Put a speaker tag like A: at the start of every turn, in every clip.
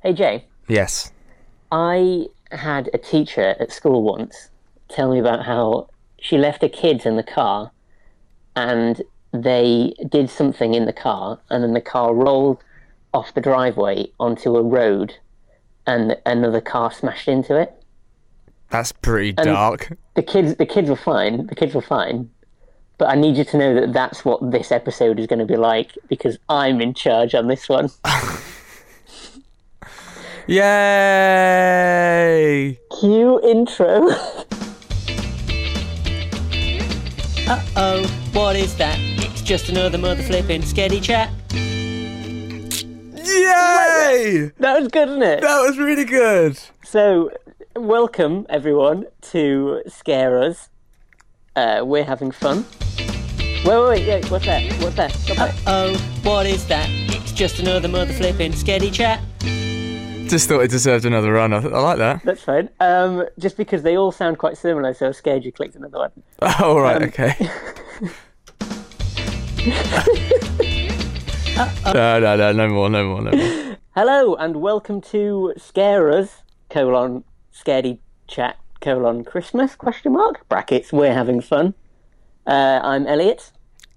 A: Hey Jay,
B: Yes.
A: I had a teacher at school once tell me about how she left her kids in the car and they did something in the car and then the car rolled off the driveway onto a road and another car smashed into it.
B: That's pretty dark.
A: The kids the kids were fine, the kids were fine. But I need you to know that that's what this episode is going to be like because I'm in charge on this one.
B: Yay!
A: Cue intro. uh oh, what is that? It's just another mother flipping skeddy chat.
B: Yay!
A: That was good, isn't it?
B: That was really good.
A: So, welcome everyone to Scare Us. Uh, we're having fun. Wait, wait, wait, yeah, what's that? What's that? Uh oh, what is that? It's just another mother flipping skeddy chat.
B: Just thought it deserved another run. I, th- I like that.
A: That's fine. Um, just because they all sound quite similar, so I was scared you clicked another one.
B: All right. Okay. no, no, no, no more, no more, no more.
A: Hello and welcome to Scare Us, colon, scaredy chat, colon, Christmas, question mark, brackets, we're having fun. Uh, I'm Elliot,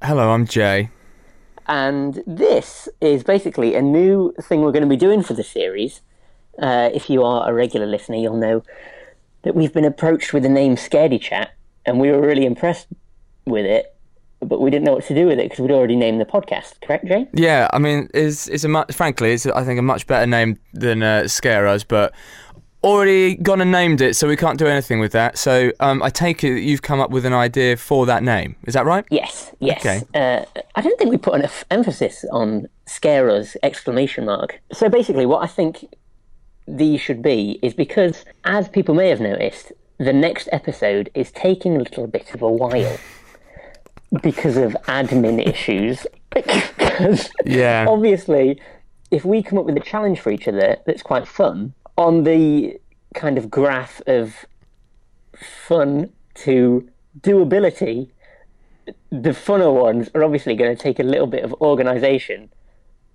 B: Hello, I'm Jay.
A: and this is basically a new thing we're going to be doing for the series. Uh, if you are a regular listener, you'll know that we've been approached with the name Scaredy Chat, and we were really impressed with it, but we didn't know what to do with it because we'd already named the podcast, correct, Jay?
B: Yeah, I mean, it's it's a much, frankly, it's I think a much better name than uh, Scare Us, but already gone and named it, so we can't do anything with that. So um, I take it that you've come up with an idea for that name. Is that right?
A: Yes, yes.
B: Okay.
A: Uh, I don't think we put enough emphasis on scare us exclamation mark. So basically, what I think these should be is because, as people may have noticed, the next episode is taking a little bit of a while because of admin issues. 'Cause
B: Yeah.
A: Um, obviously, if we come up with a challenge for each other that's quite fun on the kind of graph of fun to doability, the funner ones are obviously going to take a little bit of organisation,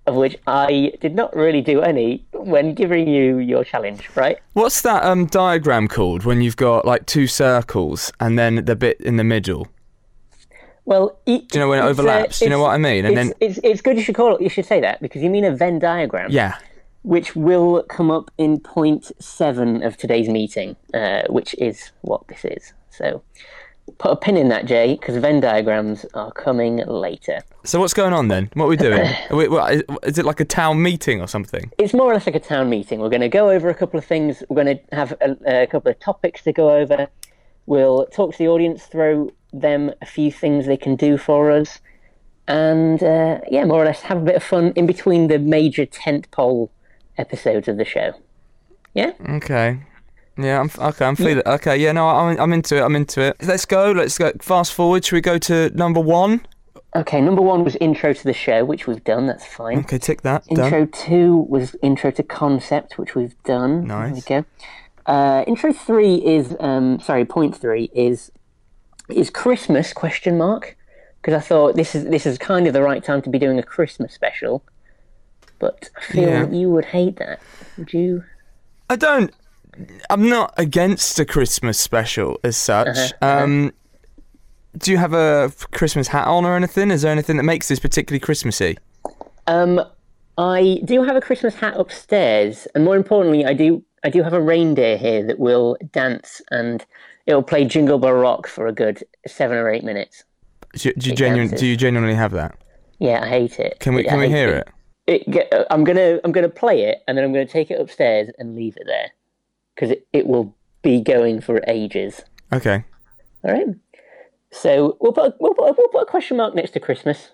A: of which I did not really do any when giving you your challenge, right?
B: What's that um, diagram called when you've got like two circles and then the bit in the middle?
A: Well, e-
B: Do you know when it
A: it's, uh,
B: overlaps? Do you know
A: it's-
B: what I mean? And
A: it's,
B: then
A: it's, it's good you should call it. You should say that because you mean a Venn diagram.
B: yeah,
A: which will come up in point seven of today's meeting, uh, which is what this is. So put a pin in that, Jay, because Venn diagrams are coming later.
B: So what's going on then? What are we doing? Are we, what, is, is it like a town meeting or something?
A: It's more or less like a town meeting. We're going to go over a couple of things. We're going to have a, a couple of topics to go over. We'll talk to the audience, throw them a few things they can do for us, and uh, yeah, more or less have a bit of fun in between the major tentpole episodes of the show. Yeah.
B: Okay. Yeah, I'm f- okay. I'm feeling okay. Yeah, no, I'm I'm into it. I'm into it. Let's go. Let's go. Fast forward. Should we go to number one?
A: Okay, number one was intro to the show, which we've done. That's fine.
B: Okay, tick that. Done.
A: Intro two was intro to concept, which we've done.
B: Nice.
A: There we go. Uh, intro three is um, sorry, point three is is Christmas question mark because I thought this is this is kind of the right time to be doing a Christmas special, but I feel
B: Yeah.
A: that you would hate that. Would you?
B: I don't. I'm not against a Christmas special as such.
A: Uh-huh,
B: Um, do you have a Christmas hat on or anything? Is there anything that makes this particularly Christmassy?
A: Um, I do have a Christmas hat upstairs, and more importantly, I do I do have a reindeer here that will dance and it'll play Jingle Bell Rock for a good seven or eight minutes.
B: Do, you- do you genuine,
A: dances.
B: Do you genuinely have that?
A: Yeah, I hate it.
B: Can we
A: I
B: Can we
A: hate
B: hear it?
A: it ge- I'm gonna I'm gonna play it, and then I'm gonna take it upstairs and leave it there because it, it will be going for ages.
B: Okay.
A: All right. So we'll put a, we'll put a, we'll put a question mark next to Christmas.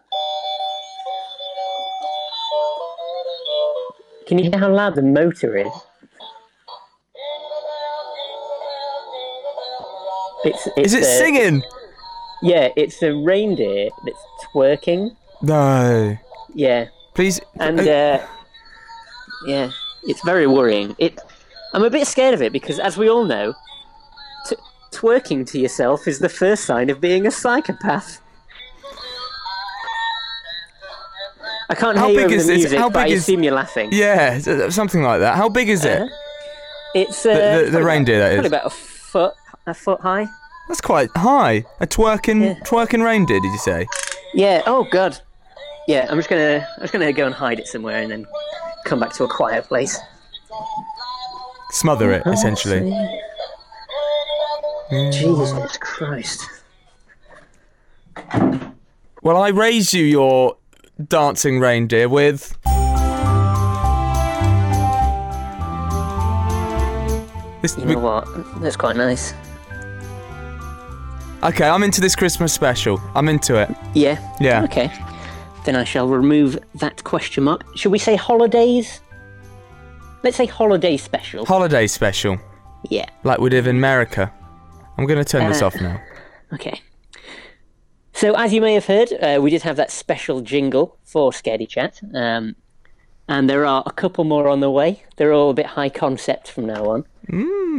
A: Can you hear how loud the motor is? It's, it's
B: Is it
A: a-
B: singing?
A: Yeah, it's a reindeer that's twerking.
B: No.
A: Yeah,
B: Please.
A: and
B: uh,
A: uh, yeah, it's very worrying. It, I'm a bit scared of it because, as we all know, t- twerking to yourself is the first sign of being a psychopath. I can't
B: How
A: hear you
B: big
A: over
B: is
A: the
B: this?
A: music,
B: How
A: but
B: big
A: I
B: is-
A: assume you're laughing.
B: Yeah, s- s- something like that. How big is it?
A: Uh-huh. It's uh,
B: the- the
A: probably
B: reindeer,
A: about,
B: that is.
A: probably about a foot, a foot high.
B: That's quite high. A twerking twerking reindeer, did you say?
A: Yeah. Oh god. Yeah. I'm just gonna I'm just gonna go and hide it somewhere and then come back to a quiet place.
B: Smother
A: Oh,
B: it essentially.
A: Jesus Christ.
B: Well, I raise you your dancing reindeer with. This,
A: You know what? That's quite nice.
B: okay, I'm into this Christmas special. I'm into it.
A: Yeah.
B: Yeah.
A: Okay. Then I shall remove that question mark. Should we say holidays? Let's say holiday special.
B: Holiday special,
A: yeah.
B: like we live in America. I'm gonna turn this
A: Uh,
B: off now.
A: Okay. So, as you may have heard, uh, we did have that special jingle for Scaredy Chat, um, and there are a couple more on the way. They're all a bit high concept from now on.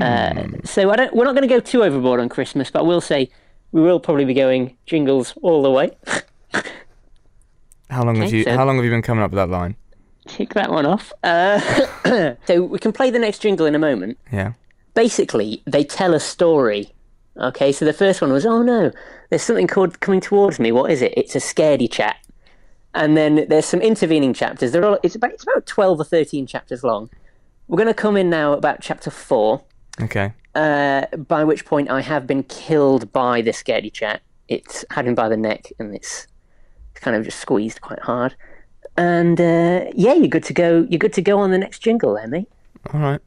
A: Uh, so, I don't, we're not going to go too overboard on Christmas, but I will say we will probably be going jingles all the way.
B: How long have
A: okay,
B: you?
A: so-
B: How long have you been coming up with that line?
A: Take that one off. Uh, so, we can play the next jingle in a moment.
B: Yeah.
A: basically they tell a story. Okay, so the first one was, oh no, there's something called coming towards me. What is it? It's a scaredy chat. And then there's some intervening chapters. They're all it's about it's about twelve or thirteen chapters long. We're going to come in now about chapter four,
B: Okay.
A: uh, by which point I have been killed by the scaredy chat. It's had him by the neck and it's kind of just squeezed quite hard. And uh, yeah, you're good to go. You're good to go on the next jingle, there, mate.
B: All right.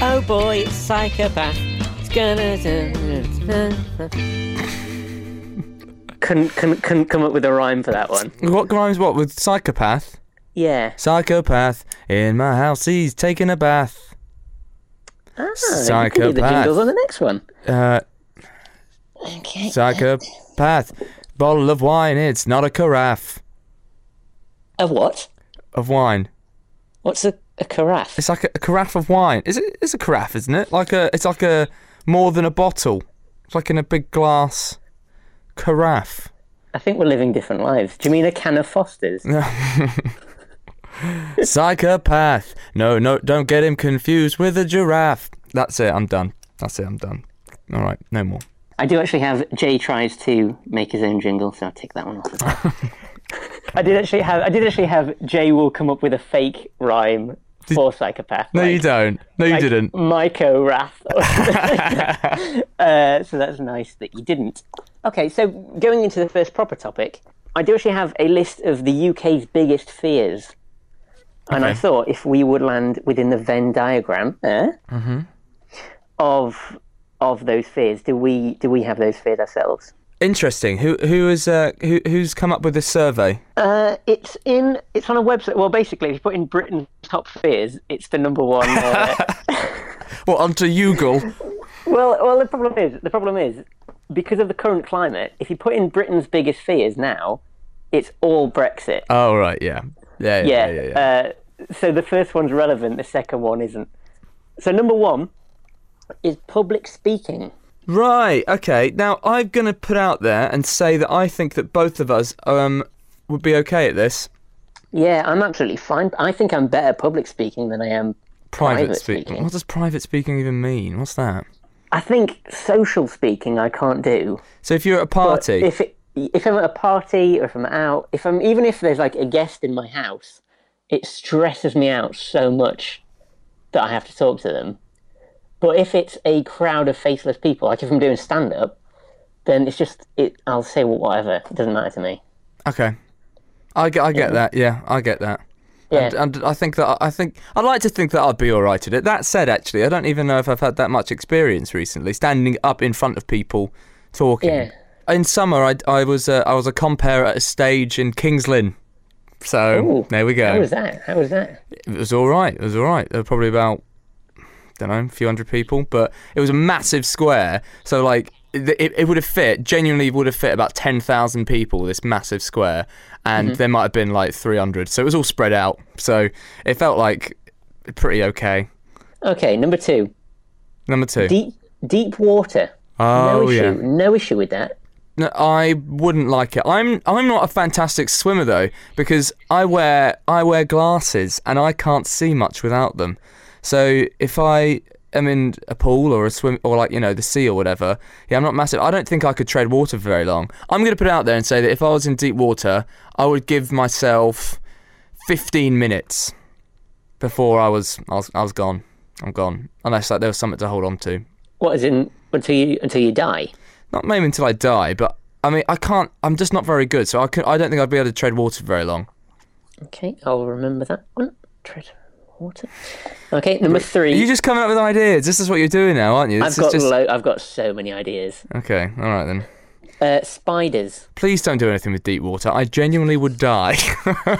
A: Oh boy, it's psychopath. It's gonna Couldn't, couldn't, couldn't come up with a rhyme for that one.
B: What rhymes what with psychopath?
A: Yeah.
B: Psychopath in my house. He's taking a bath.
A: Ah, You can do the
B: Psychopath.
A: jingles on the next one.
B: Uh,
A: Okay.
B: psychopath. Bottle of wine. It's not a carafe
A: A what?
B: of wine.
A: What's a, a carafe?
B: It's like a, a carafe of wine. Is it? It's a carafe, isn't it? Like a. It's like a more than a bottle. It's like in a big glass carafe.
A: I think we're living different lives. Do you mean a can of Foster's?
B: Psychopath. No, no, don't get him confused with a giraffe. That's it. I'm done. That's it. I'm done. All right. No more.
A: I do actually have Jay tries to make his own jingle, so I'll take that one off. I did actually have I did actually have Jay will come up with a fake rhyme for psychopath.
B: No, you
A: like-
B: don't. No, you didn't.
A: Myco Wrath. uh, so that's nice that you didn't. Okay, so going into the first proper topic, I do actually have a list of the UK's biggest fears. And I
B: Okay.
A: thought if we would land within the Venn diagram eh, of of those fears, do we do we have those fears ourselves?
B: Interesting. Who who is uh, who who's come up with this survey?
A: Uh, it's in it's on a website. Well, basically, if you put in Britain's top fears, it's the number one uh,
B: Well, onto Google.
A: Well, well, the problem is the problem is because of the current climate. If you put in Britain's biggest fears now, it's all Brexit.
B: oh right, yeah, yeah, yeah, yeah. yeah, yeah.
A: Uh, so the first one's relevant. The second one isn't. So number one is public speaking.
B: right. Okay. Now I'm gonna put out there and say that I think that both of us um would be okay at this
A: Yeah, I'm absolutely fine. I think I'm better public speaking than I am.
B: private,
A: Private
B: speaking.
A: speaking.
B: What does private speaking even mean? What's that?
A: I think social speaking I can't do.
B: So if you're at a party,
A: If it, if I'm at a party or if I'm out, if I'm even if there's like a guest in my house, it stresses me out so much that I have to talk to them. But if it's a crowd of faceless people, like if I'm doing stand up, then it's just it. I'll say whatever. It doesn't matter to me.
B: okay, I get I get that. Yeah, I get that.
A: Yeah.
B: And, uh, and I think that I think I'd like to think that I'd be all right at it. That said, actually, I don't even know if I've had that much experience recently standing up in front of people talking.
A: Yeah.
B: In summer, I, I was uh, I was a compere at a stage in Kings Lynn. So
A: Ooh,
B: there we
A: How
B: go.
A: was that? How was that?
B: It was all right. It was all right. There were probably about don't know a few hundred people, but it was a massive square. So like it, it- it would have fit genuinely would have fit about ten thousand people. This massive square, and there might have been like three hundred. So it was all spread out. So it felt like pretty okay.
A: Okay, number two,
B: Number two.
A: deep deep water.
B: oh
A: no issue.
B: yeah.
A: No issue with that.
B: No, I wouldn't like it. I'm I'm not a fantastic swimmer though because I wear I wear glasses and I can't see much without them. So if I am in a pool or a swim or like you know the sea or whatever, yeah, I'm not massive. I don't think I could tread water for very long. I'm going to put it out there and say that if I was in deep water, I would give myself 15 minutes before I was I was, I was gone. I'm gone unless like there was something to hold on to.
A: What is in until you until you die?
B: not maybe until I die, but I mean I can't. I'm just not very good, so I could. I don't think I'd be able to tread water for very long.
A: Okay, I'll remember that one. Tread water. Okay, number three.
B: Are you just coming up with ideas? This is what you're doing now, aren't you? This
A: I've
B: is
A: got
B: just-
A: lo- I've got so many ideas.
B: Okay, all right then.
A: Uh, spiders.
B: Please don't do anything with deep water. I genuinely would die.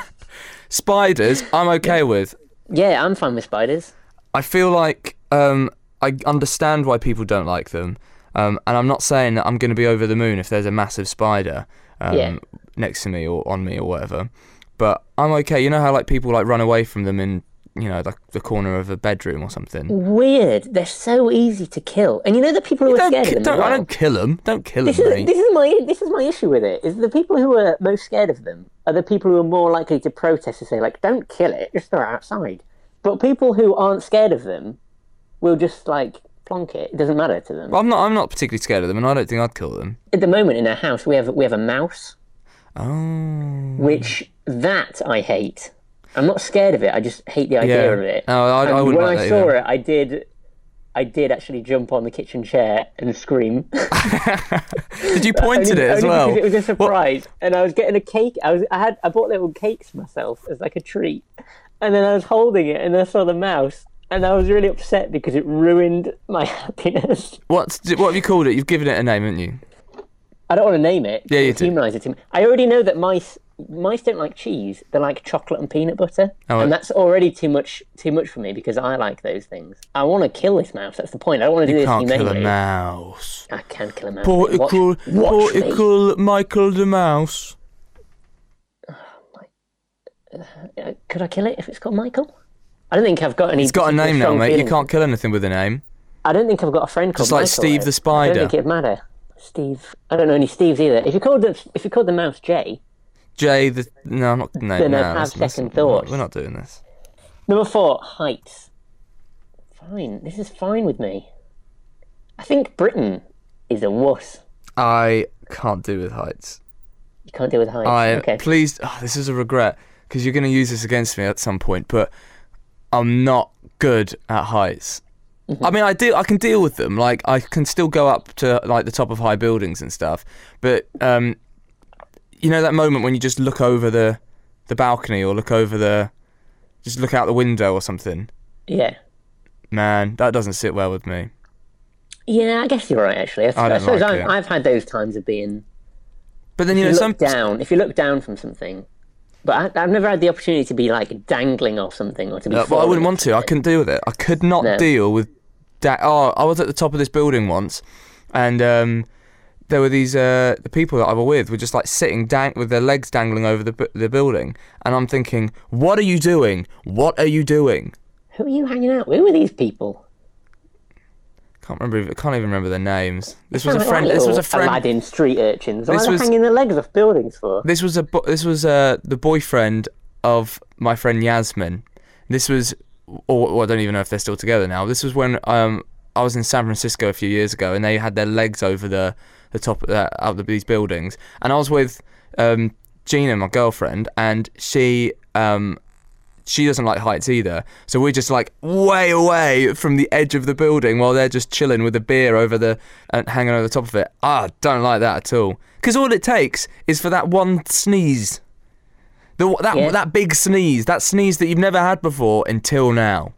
B: Spiders, I'm okay with.
A: Yeah, I'm fine with spiders.
B: I feel like um, I understand why people don't like them, um, and I'm not saying that I'm going to be over the moon if there's a massive spider um,
A: Yeah.
B: next to me or on me or whatever. But I'm okay. You know how like people like run away from them in you know like the corner of a bedroom or something.
A: Mm, Weird. They're so easy to kill, and you know the people who are
B: Don't,
A: scared
B: ki-
A: of them.
B: don't,
A: as well.
B: I don't kill them. Don't kill them.
A: This is,
B: mate.
A: this is my this is my issue with it. Is the people who are most scared of them are the people who are more likely to protest and say like, "Don't kill it, just throw it outside." But people who aren't scared of them will just like plonk it. It doesn't matter to them.
B: Well, I'm not. I'm not particularly scared of them, and I don't think I'd kill them.
A: At the moment in our house, we have we have a mouse,
B: Oh.
A: which that I hate. I'm not scared of it. I just hate the idea
B: Yeah.
A: of it.
B: No, I, I
A: And
B: wouldn't
A: when
B: like
A: I
B: that
A: saw
B: either.
A: it, I did. I did actually jump on the kitchen chair and scream.
B: Did you point at it
A: Only-
B: as
A: only
B: well?
A: Because it was a surprise, and I was getting a cake. I was, I had, I bought little cakes myself as like a treat, and then I was holding it, and I saw the mouse, and I was really upset because it ruined my happiness.
B: What's, what have you called it? You've given it a name, haven't you?
A: I don't want to name it.
B: Yeah, you
A: It
B: do.
A: humanises him. I already know that mice, mice don't like cheese. They like chocolate and peanut butter,
B: Oh,
A: and
B: it-
A: that's already too much, too much for me because I like those things. I want to kill this mouse. That's the point. I don't want to do this
B: Can't kill
A: humanely.
B: a mouse.
A: I can kill a mouse. Watch-
B: Portical,
A: watch me.
B: Portical Michael the Mouse.
A: Uh, Could I kill it if it's called Michael? I don't think I've got any.
B: It's got a name now,
A: strong
B: mate. You
A: feelings.
B: can't kill anything with a name.
A: I don't think I've got a friend called
B: Just like
A: Michael,
B: Steve
A: though.
B: the
A: I
B: Spider.
A: don't think it'd matter. Steve. I don't know any Steves either. If you called the if you called the mouse Jay.
B: Jay the. No, I'm not. No,
A: Then
B: no,
A: I'd have
B: that's- that's-
A: second
B: we're not-
A: thoughts.
B: We're not doing this.
A: Number four, heights. Fine. This is fine with me. I think Britain is a wuss.
B: I can't do with heights.
A: You can't deal with heights.
B: I
A: okay.
B: please. Oh, this is a regret because you're going to use this against me at some point. But I'm not good at heights.
A: Mm-hmm.
B: I mean, I do. I can deal with them. Like I can still go up to like the top of high buildings and stuff. But um, you know that moment when you just look over the the balcony or look over the just look out the window or something.
A: yeah.
B: Man, that doesn't sit well with me.
A: Yeah, I guess you're right. Actually, I,
B: I don't
A: suppose
B: like
A: I've,
B: it.
A: I've had those times of being
B: But then you
A: you
B: know
A: look
B: some
A: down if you look down from something but I, i've never had the opportunity to be like dangling off something or to be
B: Uh, well, I
A: falling
B: wouldn't
A: off
B: want to. I couldn't deal with it. I could not
A: No.
B: deal with that. Oh, I was at the top of this building once, and um, there were these uh, the people that I were with were just like sitting dang- with their legs dangling over the bu- the building, and I'm thinking, what are you doing? What are you doing?
A: something. who are you hanging out with who are these people
B: Can't remember. I can't even remember their names. This was
A: Sound
B: a
A: like
B: friend. This was
A: little
B: a friend.
A: aladdin street urchins why
B: This
A: are they
B: was-
A: hanging their legs off buildings for
B: This was a. Bo- this was uh, the boyfriend of my friend Yasmin. This was, or well, I don't even know if they're still together now. This was when um I was in San Francisco a few years ago, and they had their legs over the the top uh, out of these buildings, and I was with um Gina, my girlfriend, and she um. She doesn't like heights either, so we're just like way away from the edge of the building while they're just chilling with a beer over the and hanging over the top of it. Ah, don't like that at all. Because all it takes is for that one sneeze the, that
A: Yeah.
B: that big sneeze, that sneeze that you've never had before until now.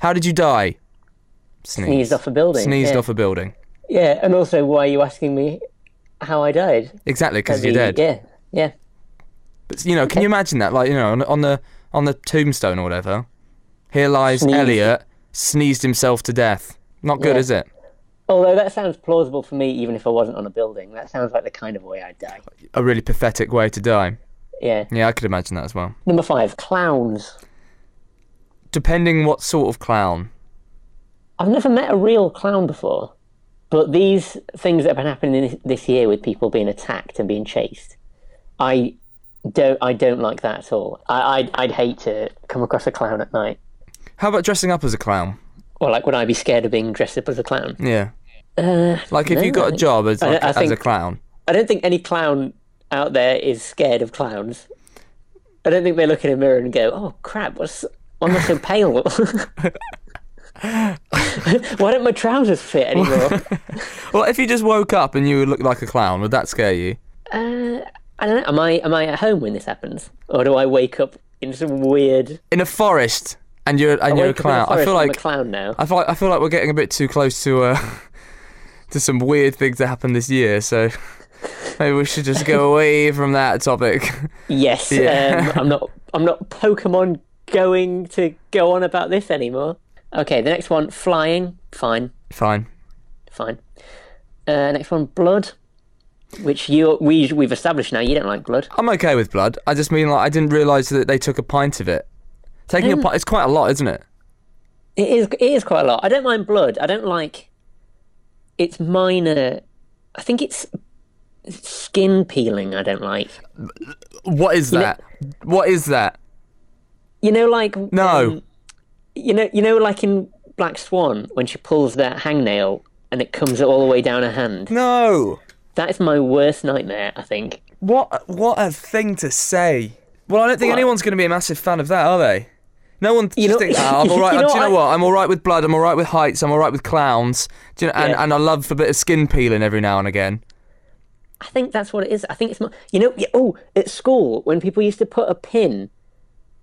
B: How did you die? Sneeze.
A: sneezed off a building
B: Sneezed
A: yeah.
B: off a building.
A: yeah and also why are you asking me how i died
B: Exactly, because
A: The-
B: you're dead.
A: yeah yeah
B: But, you know, can you imagine that? Like, you know, on, on the on the tombstone or whatever. Here lies
A: Sneeze.
B: Elliot, sneezed himself to death. Not good,
A: Yeah.
B: is it?
A: although that sounds plausible for me even if i wasn't on a building that sounds like the kind of way i'd die
B: A really pathetic way to die.
A: yeah
B: Yeah, I could imagine that as well.
A: number five clowns
B: Depending what sort of clown.
A: i've never met a real clown before But these things that have been happening this- this year with people being attacked and being chased, I don't I don't like that at all. I, I'd, I'd hate to come across a clown at night.
B: How about dressing up as a clown?
A: Or like, would I be scared of being dressed up as a clown?
B: Yeah. like if you got a job as,
A: Uh, I-
B: like,
A: I
B: as a
A: think-
B: clown.
A: I don't think any clown out there is scared of clowns. I don't think they look in a mirror and go, "Oh crap, what's why am I so pale? why don't my trousers fit anymore?"
B: Well, if you just woke up and you looked like a clown, would that scare you?
A: uh, I don't know. Am I am I at home when this happens, or do I wake up in some weird?
B: In a forest and you're and you're
A: wake
B: a
A: up in
B: clown. I
A: forest,
B: feel
A: I'm a
B: like
A: clown now.
B: I feel like, I feel like we're getting a bit too close to uh, to some weird things that happened this year. So maybe we should just go away from that topic.
A: Yes,
B: Yeah.
A: um, I'm not. I'm not Pokemon going to go on about this anymore. Okay, the next one, flying. Fine.
B: Fine.
A: fine. Uh, next one, blood, which you we we've established now you don't like blood.
B: I'm okay with blood. I just mean like I didn't realise that they took a pint of it. Taking a pint, it's quite a lot, isn't it?
A: It is it is quite a lot. I don't mind blood. I don't like. It's minor. I think it's skin peeling. I don't like.
B: What is that? what is that?
A: You know, like
B: No.
A: um, you know, you know, like in Black Swan when she pulls that hangnail and it comes all the way down her hand.
B: No.
A: That is my worst nightmare. I think.
B: What what a thing to say. Well, I don't think
A: What?
B: anyone's going to be a massive fan of that, are they? No one just
A: know-
B: thinks, "Ah, I'm
A: you
B: all right.
A: know
B: Do you
A: what
B: know
A: I-
B: what? I'm all right with blood. I'm all right with heights. I'm all right with clowns. Do you know, and,
A: Yeah.
B: and I love a bit of skin peeling every now and again.
A: I think that's what it is. I think it's more, you know, yeah, oh, at school when people used to put a pin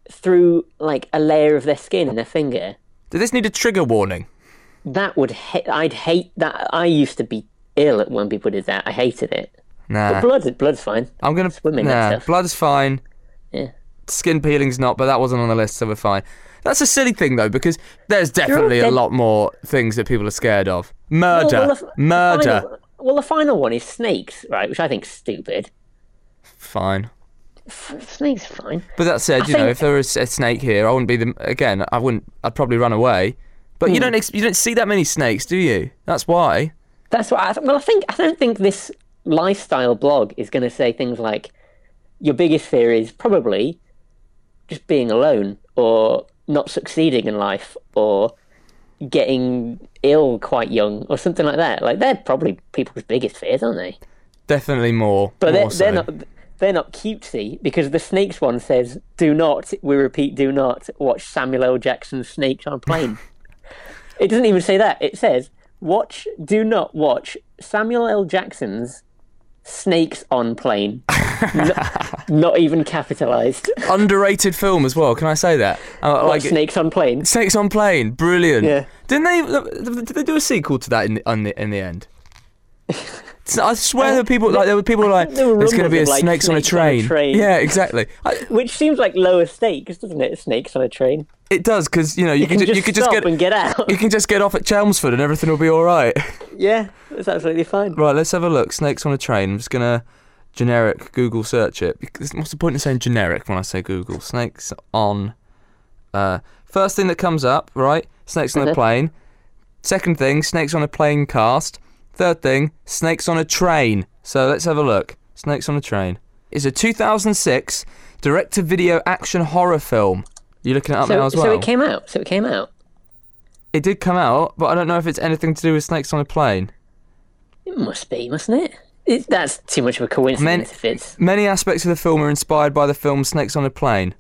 A: through like a layer of their skin in their finger,
B: Did this need a trigger warning?
A: that would ha- I'd hate that. I used to be ill at when people did that. I hated it.
B: Nah.
A: Blood, blood's fine.
B: I'm going to.
A: women, that's
B: Nah.
A: tough.
B: Blood's fine.
A: Yeah.
B: Skin peeling's not, but that wasn't on the list, so we're fine. That's a silly thing, though, because there's definitely a
A: dead-
B: lot more things that people are scared of. Murder.
A: Well, the f- the
B: Murder.
A: final- well, the final one is snakes, right? Which I think's stupid.
B: Fine.
A: F- Snakes, fine.
B: But that said, you know,
A: think-
B: if there was a snake here, I wouldn't be the again. I wouldn't. I'd probably run away. But
A: Hmm.
B: you don't. Ex- you don't see that many snakes, do you? That's why.
A: That's what I th- well, I think I don't think this lifestyle blog is going to say things like your biggest fear is probably just being alone or not succeeding in life or getting ill quite young or something like that. Like they're probably people's biggest fears, aren't they?
B: Definitely more.
A: But they're,
B: more so.
A: they're not they're not cutesy because the snakes one says do not we repeat do not watch Samuel L. Jackson's Snakes on Plane. it doesn't even say that. It says watch do not watch Samuel L. Jackson's Snakes on Plane. No- not even capitalized.
B: underrated film as well. Can I say that? Uh, like
A: snakes on Plane.
B: snakes on plane. Brilliant.
A: Yeah.
B: Didn't they? Did they do a sequel to that in the, on the, in the end? It's- I swear that people like there were people like
A: there were
B: there's going to
A: rumbles
B: be a
A: of, like,
B: snakes, on, a
A: snakes on a
B: train.
A: train.
B: Yeah, exactly. I,
A: Which seems like lower stakes, doesn't it? Snakes on a train.
B: it does because you know you,
A: You can
B: ju-
A: just
B: you could just
A: stop
B: get
A: and get out.
B: you can just get off at Chelmsford and everything will be all right.
A: yeah, that's absolutely fine.
B: Right, let's have a look. Snakes on a train. I'm just gonna generic Google search it. Because what's the point in saying generic when I say Google? Snakes on. Uh, first thing that comes up, right? Snakes on a
A: Mhm.
B: plane. Second thing, snakes on a plane cast. Third thing, snakes on a train. So let's have a look. Snakes on a train is a 2006 direct-to-video action horror film. You looking it up now
A: So,
B: as well?
A: so it came out. So it came out.
B: It did come out, but I don't know if it's anything to do with snakes on a plane.
A: It Hmm, must be, mustn't it? it that's too much of a coincidence
B: Men-
A: if it's.
B: Many aspects of the film are inspired by the film Snakes on a Plane,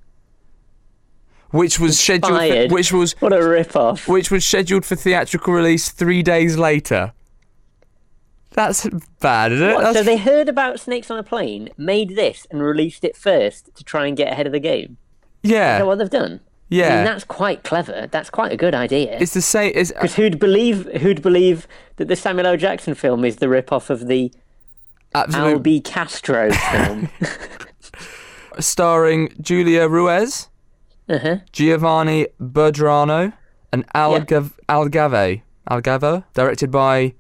B: which was scheduled
A: Inspired?
B: for, which was
A: What a rip-off.
B: which was scheduled for theatrical release 3 days later. That's bad, isn't it?
A: What,
B: That's
A: so they heard about Snakes on a Plane, made this, and released it first to try and get ahead of the game. Is that
B: yeah.
A: what they've done? I mean,
B: Yeah.
A: that's quite clever. That's quite a good idea.
B: it's the same it's,
A: Because who'd believe who'd believe that the Samuel L. Jackson film is the rip-off of the
B: absolute,
A: Al B. Castro film?
B: starring Julia Ruiz,
A: uh-huh.
B: Giovanni Berdrano, and Al
A: Yeah.
B: Gav- Algave, Algavo, directed by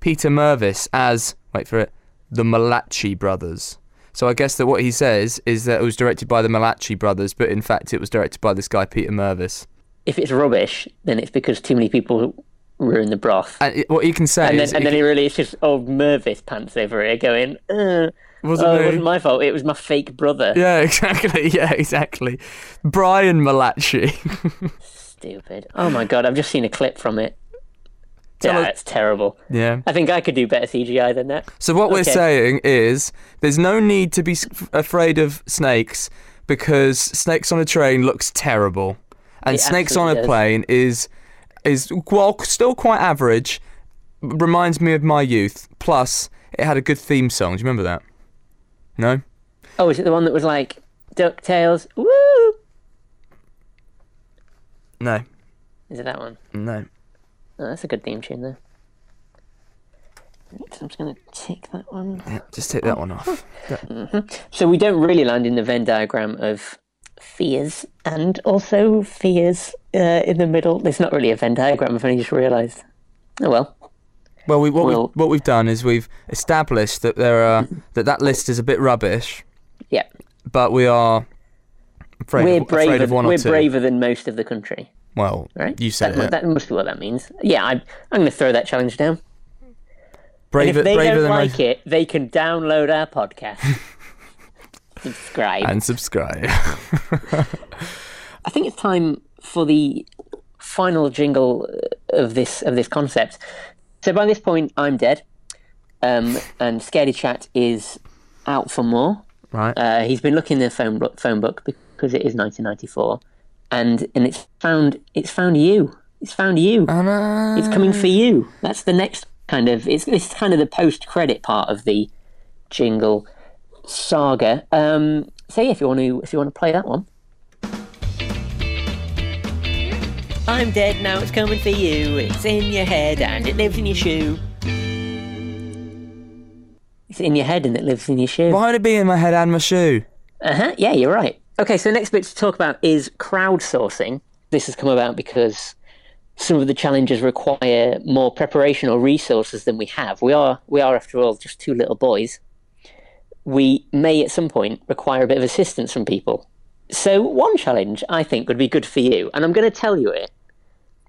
B: Peter Mervis as, wait for it, the Malachi brothers. So I guess that what he says is that it was directed by the Malachi brothers, but in fact it was directed by this guy Peter Mervis.
A: If it's rubbish, then it's because too many people ruin the broth.
B: And it- what you can say
A: And
B: is,
A: then, and
B: you
A: then he really, it's just old Mervis pants over here going, "Uh,
B: can- wasn't
A: oh,
B: me.
A: it wasn't my fault. It was my fake brother.
B: Yeah, exactly. Yeah, exactly. Brian Malachi.
A: Stupid. Oh my god, I've just seen a clip from it.
B: Tell
A: yeah,
B: us-
A: it's terrible.
B: yeah.
A: I think I could do better CGI than that.
B: So what we're
A: Okay.
B: saying is there's no need to be s- f- afraid of snakes because snakes on a train looks terrible, and
A: It
B: snakes on
A: absolutely
B: a
A: does.
B: plane is is while still quite average, reminds me of my youth. Plus, it had a good theme song. Do you remember that? No.
A: Oh, is it the one that was like DuckTales? Woo!
B: No.
A: Is it that one?
B: No.
A: Oh, that's a good theme tune there. Right, so I'm just going to tick that one.
B: Yeah, just take that one off.
A: So we don't really land in the Venn diagram of fears and also fears uh, in the middle. There's not really a Venn diagram, I've only just realised. Oh well.
B: Well, we, what,
A: Well-
B: we, what we've done is we've established that there are that that list is a bit rubbish,
A: Yeah.
B: but we are afraid,
A: We're
B: of, afraid
A: braver,
B: of one or
A: we're
B: 2
A: braver than most of the country,
B: Well,
A: right?
B: you said
A: that,
B: it.
A: That must be what that means. Yeah, I, I'm going to throw that challenge down. And
B: braver,
A: if they
B: braver
A: don't
B: than
A: like
B: most-
A: it, they can download our podcast. Subscribe.
B: and subscribe.
A: I think it's time for the final jingle of this of this concept. So by this point, I'm dead, um, and Scaredy Chat is out for more.
B: right.
A: Uh, he's been looking in the phone book, phone book because it is 1994, and and it's found it's found you. It's found you.
B: And, uh,
A: It's coming for you. That's the next kind of. It's it's kind of the post credit part of the jingle saga. Um, so yeah, if you want to if you want to play that one. I'm dead now. It's coming for you. It's in your head and it lives in your shoe. It's in your head and it lives in your shoe.
B: why would it be in my head and my shoe?
A: Uh-huh. Yeah, you're right. Okay, so the next bit to talk about is crowdsourcing. This has come about because some of the challenges require more preparation or resources than we have. We are we are after all just two little boys. We may at some point require a bit of assistance from people. So one challenge I think would be good for you, and I'm going to tell you it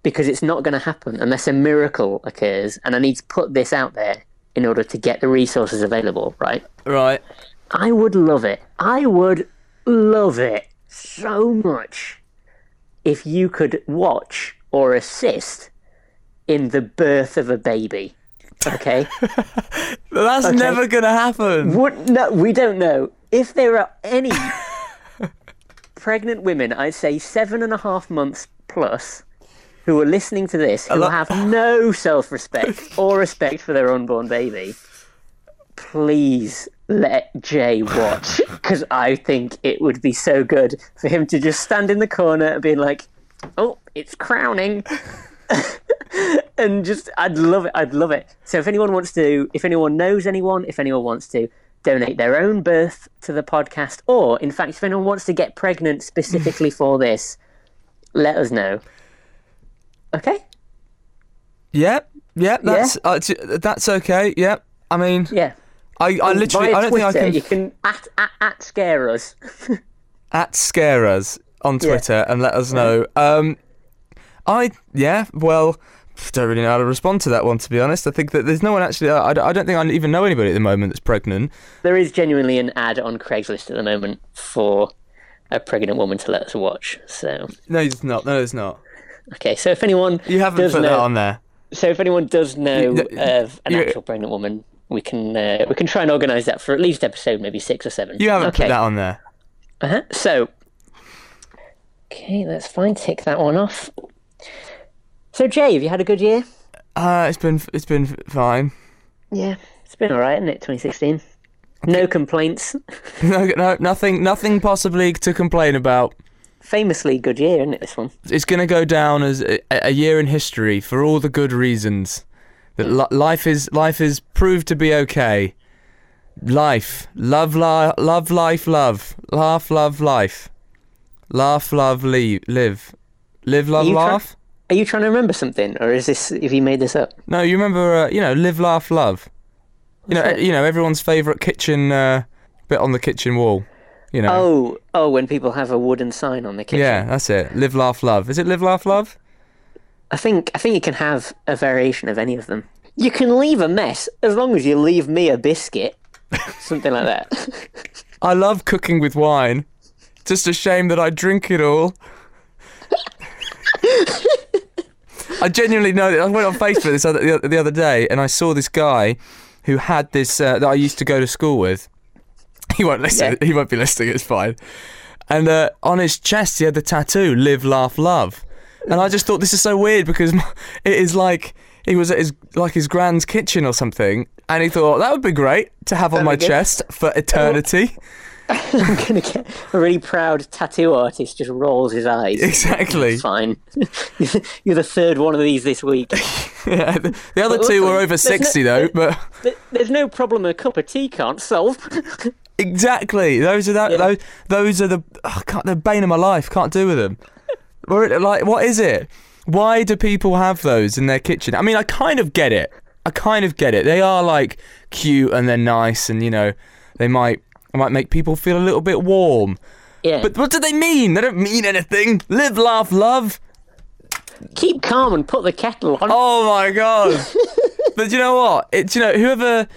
A: because it's not going to happen unless a miracle occurs and I need to put this out there in order to get the resources available, right?
B: Right.
A: I would love it. I would love it so much if you could watch or assist in the birth of a baby. Okay?
B: That's never gonna happen.
A: would, no, we don't know. If there are any pregnant women, I'd say seven and a half months plus, who are listening to this, who
B: lo-
A: have no self respect or respect for their unborn baby, please let Jay watch. Because I think it would be so good for him to just stand in the corner and be like, oh, it's crowning. and just, I'd love it. I'd love it. So if anyone wants to, if anyone knows anyone, if anyone wants to, Donate their own birth to the podcast, or in fact, if anyone wants to get pregnant specifically for this, let us know. Okay?
B: Yep. Yep. That's uh, t- that's okay. Yep. I mean,
A: Yeah.
B: I, I literally,
A: Via
B: I don't think I
A: Twitter,
B: can
A: You can at, at, at scare us.
B: at scare us on Twitter and let us know. Um, I yeah, well, don't really know how to respond to that one. To be honest, I think that there's no one actually. I, I don't think I even know anybody at the moment that's pregnant.
A: There is genuinely an ad on Craigslist at the moment for a pregnant woman to let us watch. So
B: No, there's not. No, there's not.
A: okay, so if anyone
B: You haven't
A: does
B: put
A: know,
B: that on there.
A: so if anyone does know
B: You-
A: of an
B: you-
A: actual pregnant woman, we can uh, we can try and organise that for at least episode maybe six or seven.
B: You haven't
A: okay.
B: put that on there.
A: Uh-huh. So, okay, that's fine. Tick that one off. So Jay, have you had a good year?
B: Uh, it's been it's been fine.
A: Yeah, it's been all right, isn't it? 2016. No complaints.
B: No, no, nothing, nothing possibly to complain about.
A: Famously good year, isn't it? This one.
B: It's going to go down as a, a year in history for all the good reasons that li- life is life is proved to be okay. Life, love, li- love, life, love, laugh, love, life, laugh, love, leave, live, live, love,
A: you try-
B: laugh.
A: Are you trying to remember something, or is this if you made this up?
B: No, you remember, uh, you know, live, laugh, love. You know,
A: What's
B: you know everyone's favourite kitchen uh, bit on the kitchen wall. You know.
A: Oh, oh, when people have a wooden sign on the kitchen.
B: Yeah, that's it. Live, laugh, love. Is it live, laugh, love?
A: I think I think you can have a variation of any of them. You can leave a mess as long as you leave me a biscuit, something like that.
B: I love cooking with wine. Just a shame that I drink it all. I genuinely know that. I went on Facebook this other, the oth- the other day and I saw this guy who had this uh, that I used to go to school with. He won't listen. He won't be listening. It's fine. And uh, on his chest, he had the tattoo "Live, Laugh, Love," and I just thought this is so weird because m- it is like he was at his like his grand's kitchen or something, and he thought that would be great to have on my
A: good.
B: chest for eternity.
A: I'm gonna get a really proud tattoo artist just rolls his eyes.
B: Exactly.
A: It's fine. You're the third one of these this week.
B: Yeah, the the other two were over
A: There's no-
B: sixty though, but.
A: Th- There's no problem a cup of tea can't solve.
B: Exactly. Those are that. Those, those are the. Oh, I can't, the bane of my life. Can't do with them. We're- like, what is it? Why do people have those in their kitchen? I mean, I kind of get it. I kind of get it. They are like cute and they're nice, and you know, they might might make people feel a little bit warm.
A: yeah.
B: But what do they mean? They don't mean anything. Live, laugh, love.
A: Keep calm and put the kettle on.
B: Oh my god! but you know what? It's you know whoever,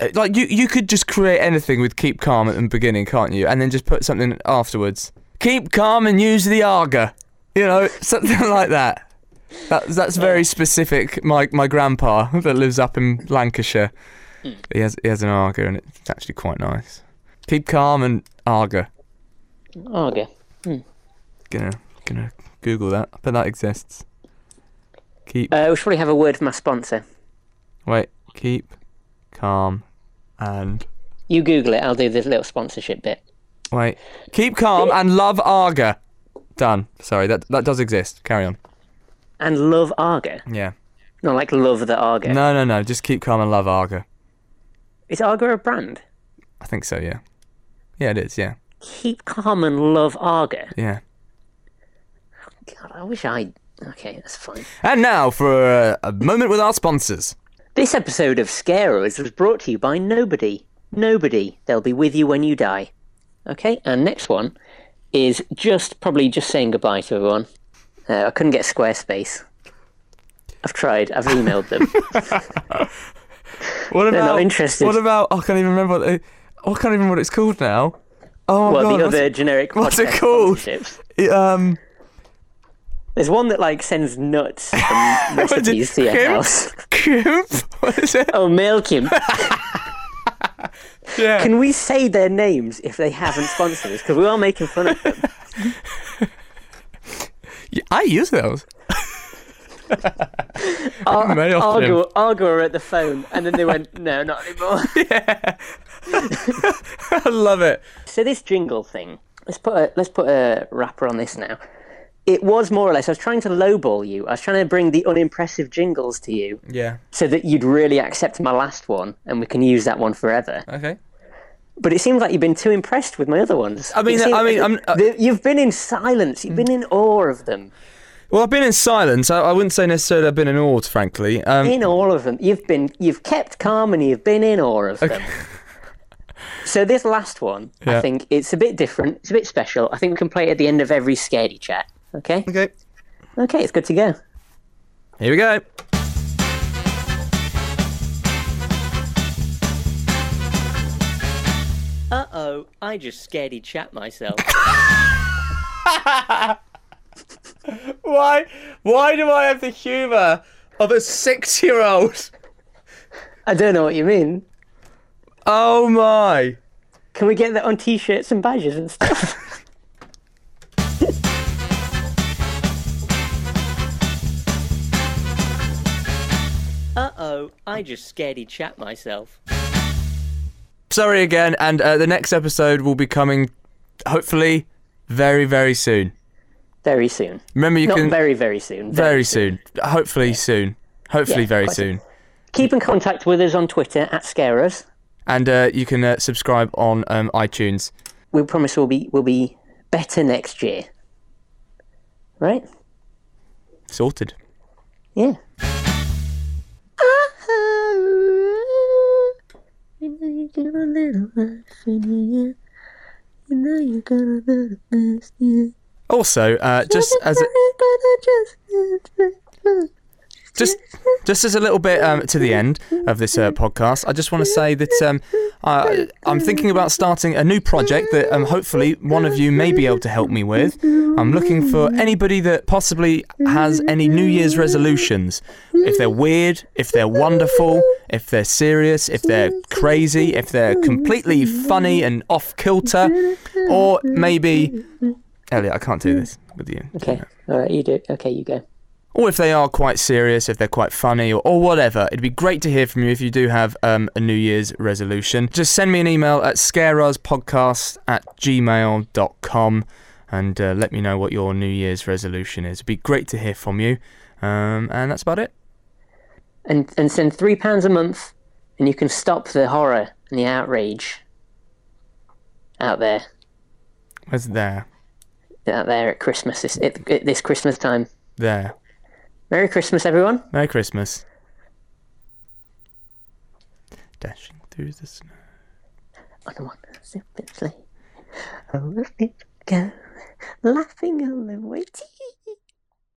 B: uh, like you, you could just create anything with keep calm at the beginning, can't you? And then just put something afterwards. Keep calm and use the arga. You know, something like that. That that's very specific. My my grandpa that lives up in Lancashire, he has he has an arga and it's actually quite nice. Keep calm and arga.
A: Oh, okay.
B: Gonna gonna Google that. I bet that exists. Keep
A: Uh, we should probably have a word from our sponsor.
B: Wait, keep calm and
A: You Google it. I'll do this little sponsorship bit.
B: wait. Keep calm and love Arga. Done. Sorry, that that does exist. Carry on.
A: And love Argo.
B: Yeah.
A: Not like love the Argo.
B: No, no, no. Just keep calm and love Arga.
A: Is Argo a brand?
B: I think so. Yeah. Yeah, it is. Yeah.
A: Keep calm and love Argo.
B: Yeah.
A: God, I wish I. Okay, that's fine.
B: And now for a, a moment with our sponsors.
A: This episode of Scarers was brought to you by Nobody. Nobody. They'll be with you when you die. Okay, and next one is just probably just saying goodbye to everyone. Uh, I couldn't get Squarespace. I've tried. I've emailed them.
B: What about?
A: not interested.
B: What about? oh, I can't even remember. What, it- I can't even remember what it's called now. Oh
A: well,
B: my god.
A: the
B: what's
A: other generic.
B: what's it
A: podcast
B: called?
A: sponsorships.
B: it- um.
A: There's one that like sends nuts and
B: it
A: recipes to your
B: Kim?
A: house.
B: Coop. What is it?
A: Oh, Milkim.
B: yeah.
A: Can we say their names if they haven't sponsored us? Because we are making fun of them.
B: I use those. Very often.
A: Argo, Argo were at the phone, and then they went, no, not anymore.
B: I love it.
A: so this jingle thing, let's put a let's put a wrapper on this now. It was more or less. I was trying to lowball you. I was trying to bring the unimpressive jingles to you,
B: Yeah.
A: so that you'd really accept my last one, and we can use that one forever.
B: Okay.
A: But it seems like you've been too impressed with my other ones. I
B: mean, I mean, I'm- uh,
A: you've been in silence. You've been in awe of them.
B: Well, I've been in silence. I, I wouldn't say necessarily I've been in awe, frankly. Um,
A: in all of them. You've been you've kept calm and you've been in all of them. so this last one,
B: Yeah.
A: I think it's a bit different. It's a bit special. I think we can play it at the end of every scaredy chat. Okay.
B: okay.
A: Okay, it's good to go.
B: Here we go.
A: Uh oh, I just scaredy chat myself.
B: Why? Why do I have the humour of a six-year-old?
A: I don't know what you mean.
B: Oh my!
A: Can we get that on t-shirts and badges and stuff? uh oh, I just scaredy chat myself.
B: Sorry again, and uh, the next episode will be coming, hopefully, very very soon.
A: Very soon.
B: Remember, you
A: Not
B: can
A: very, very soon.
B: very soon. Hopefully soon. Hopefully
A: Yeah,
B: very
A: quite soon.
B: soon.
A: Keep in contact with us on Twitter at Scarers.
B: And uh, you can uh, subscribe on um, iTunes.
A: We promise we'll be we'll be better next year. Right?
B: Sorted.
A: Yeah.
B: Also, uh, just as a, just just as a little bit um, to the end of this uh, podcast, I just want to say that um, I, I'm thinking about starting a new project that um, hopefully one of you may be able to help me with. I'm looking for anybody that possibly has any New Year's resolutions. If they're weird, if they're wonderful, if they're serious, if they're crazy, if they're completely funny and off kilter, or maybe. Elliot, I can't do this with you.
A: Okay. All right, you do. Okay, you go.
B: or if they are quite serious, if they're quite funny, or, or whatever. It'd be great to hear from you if you do have um, a New Year's resolution. Just send me an email at scareuspodcast at gmail.com and uh, let me know what your New Year's resolution is. It'd be great to hear from you. Um, and that's about it.
A: And and send three pounds a month, and you can stop the horror and the outrage out there,
B: Where's there?
A: out there at Christmas this, at, at this Christmas time.
B: There.
A: Merry Christmas, everyone.
B: Merry Christmas. Dashing through the snow.
A: on one "Oh, zip it sleigh. Over it go, laughing all the way to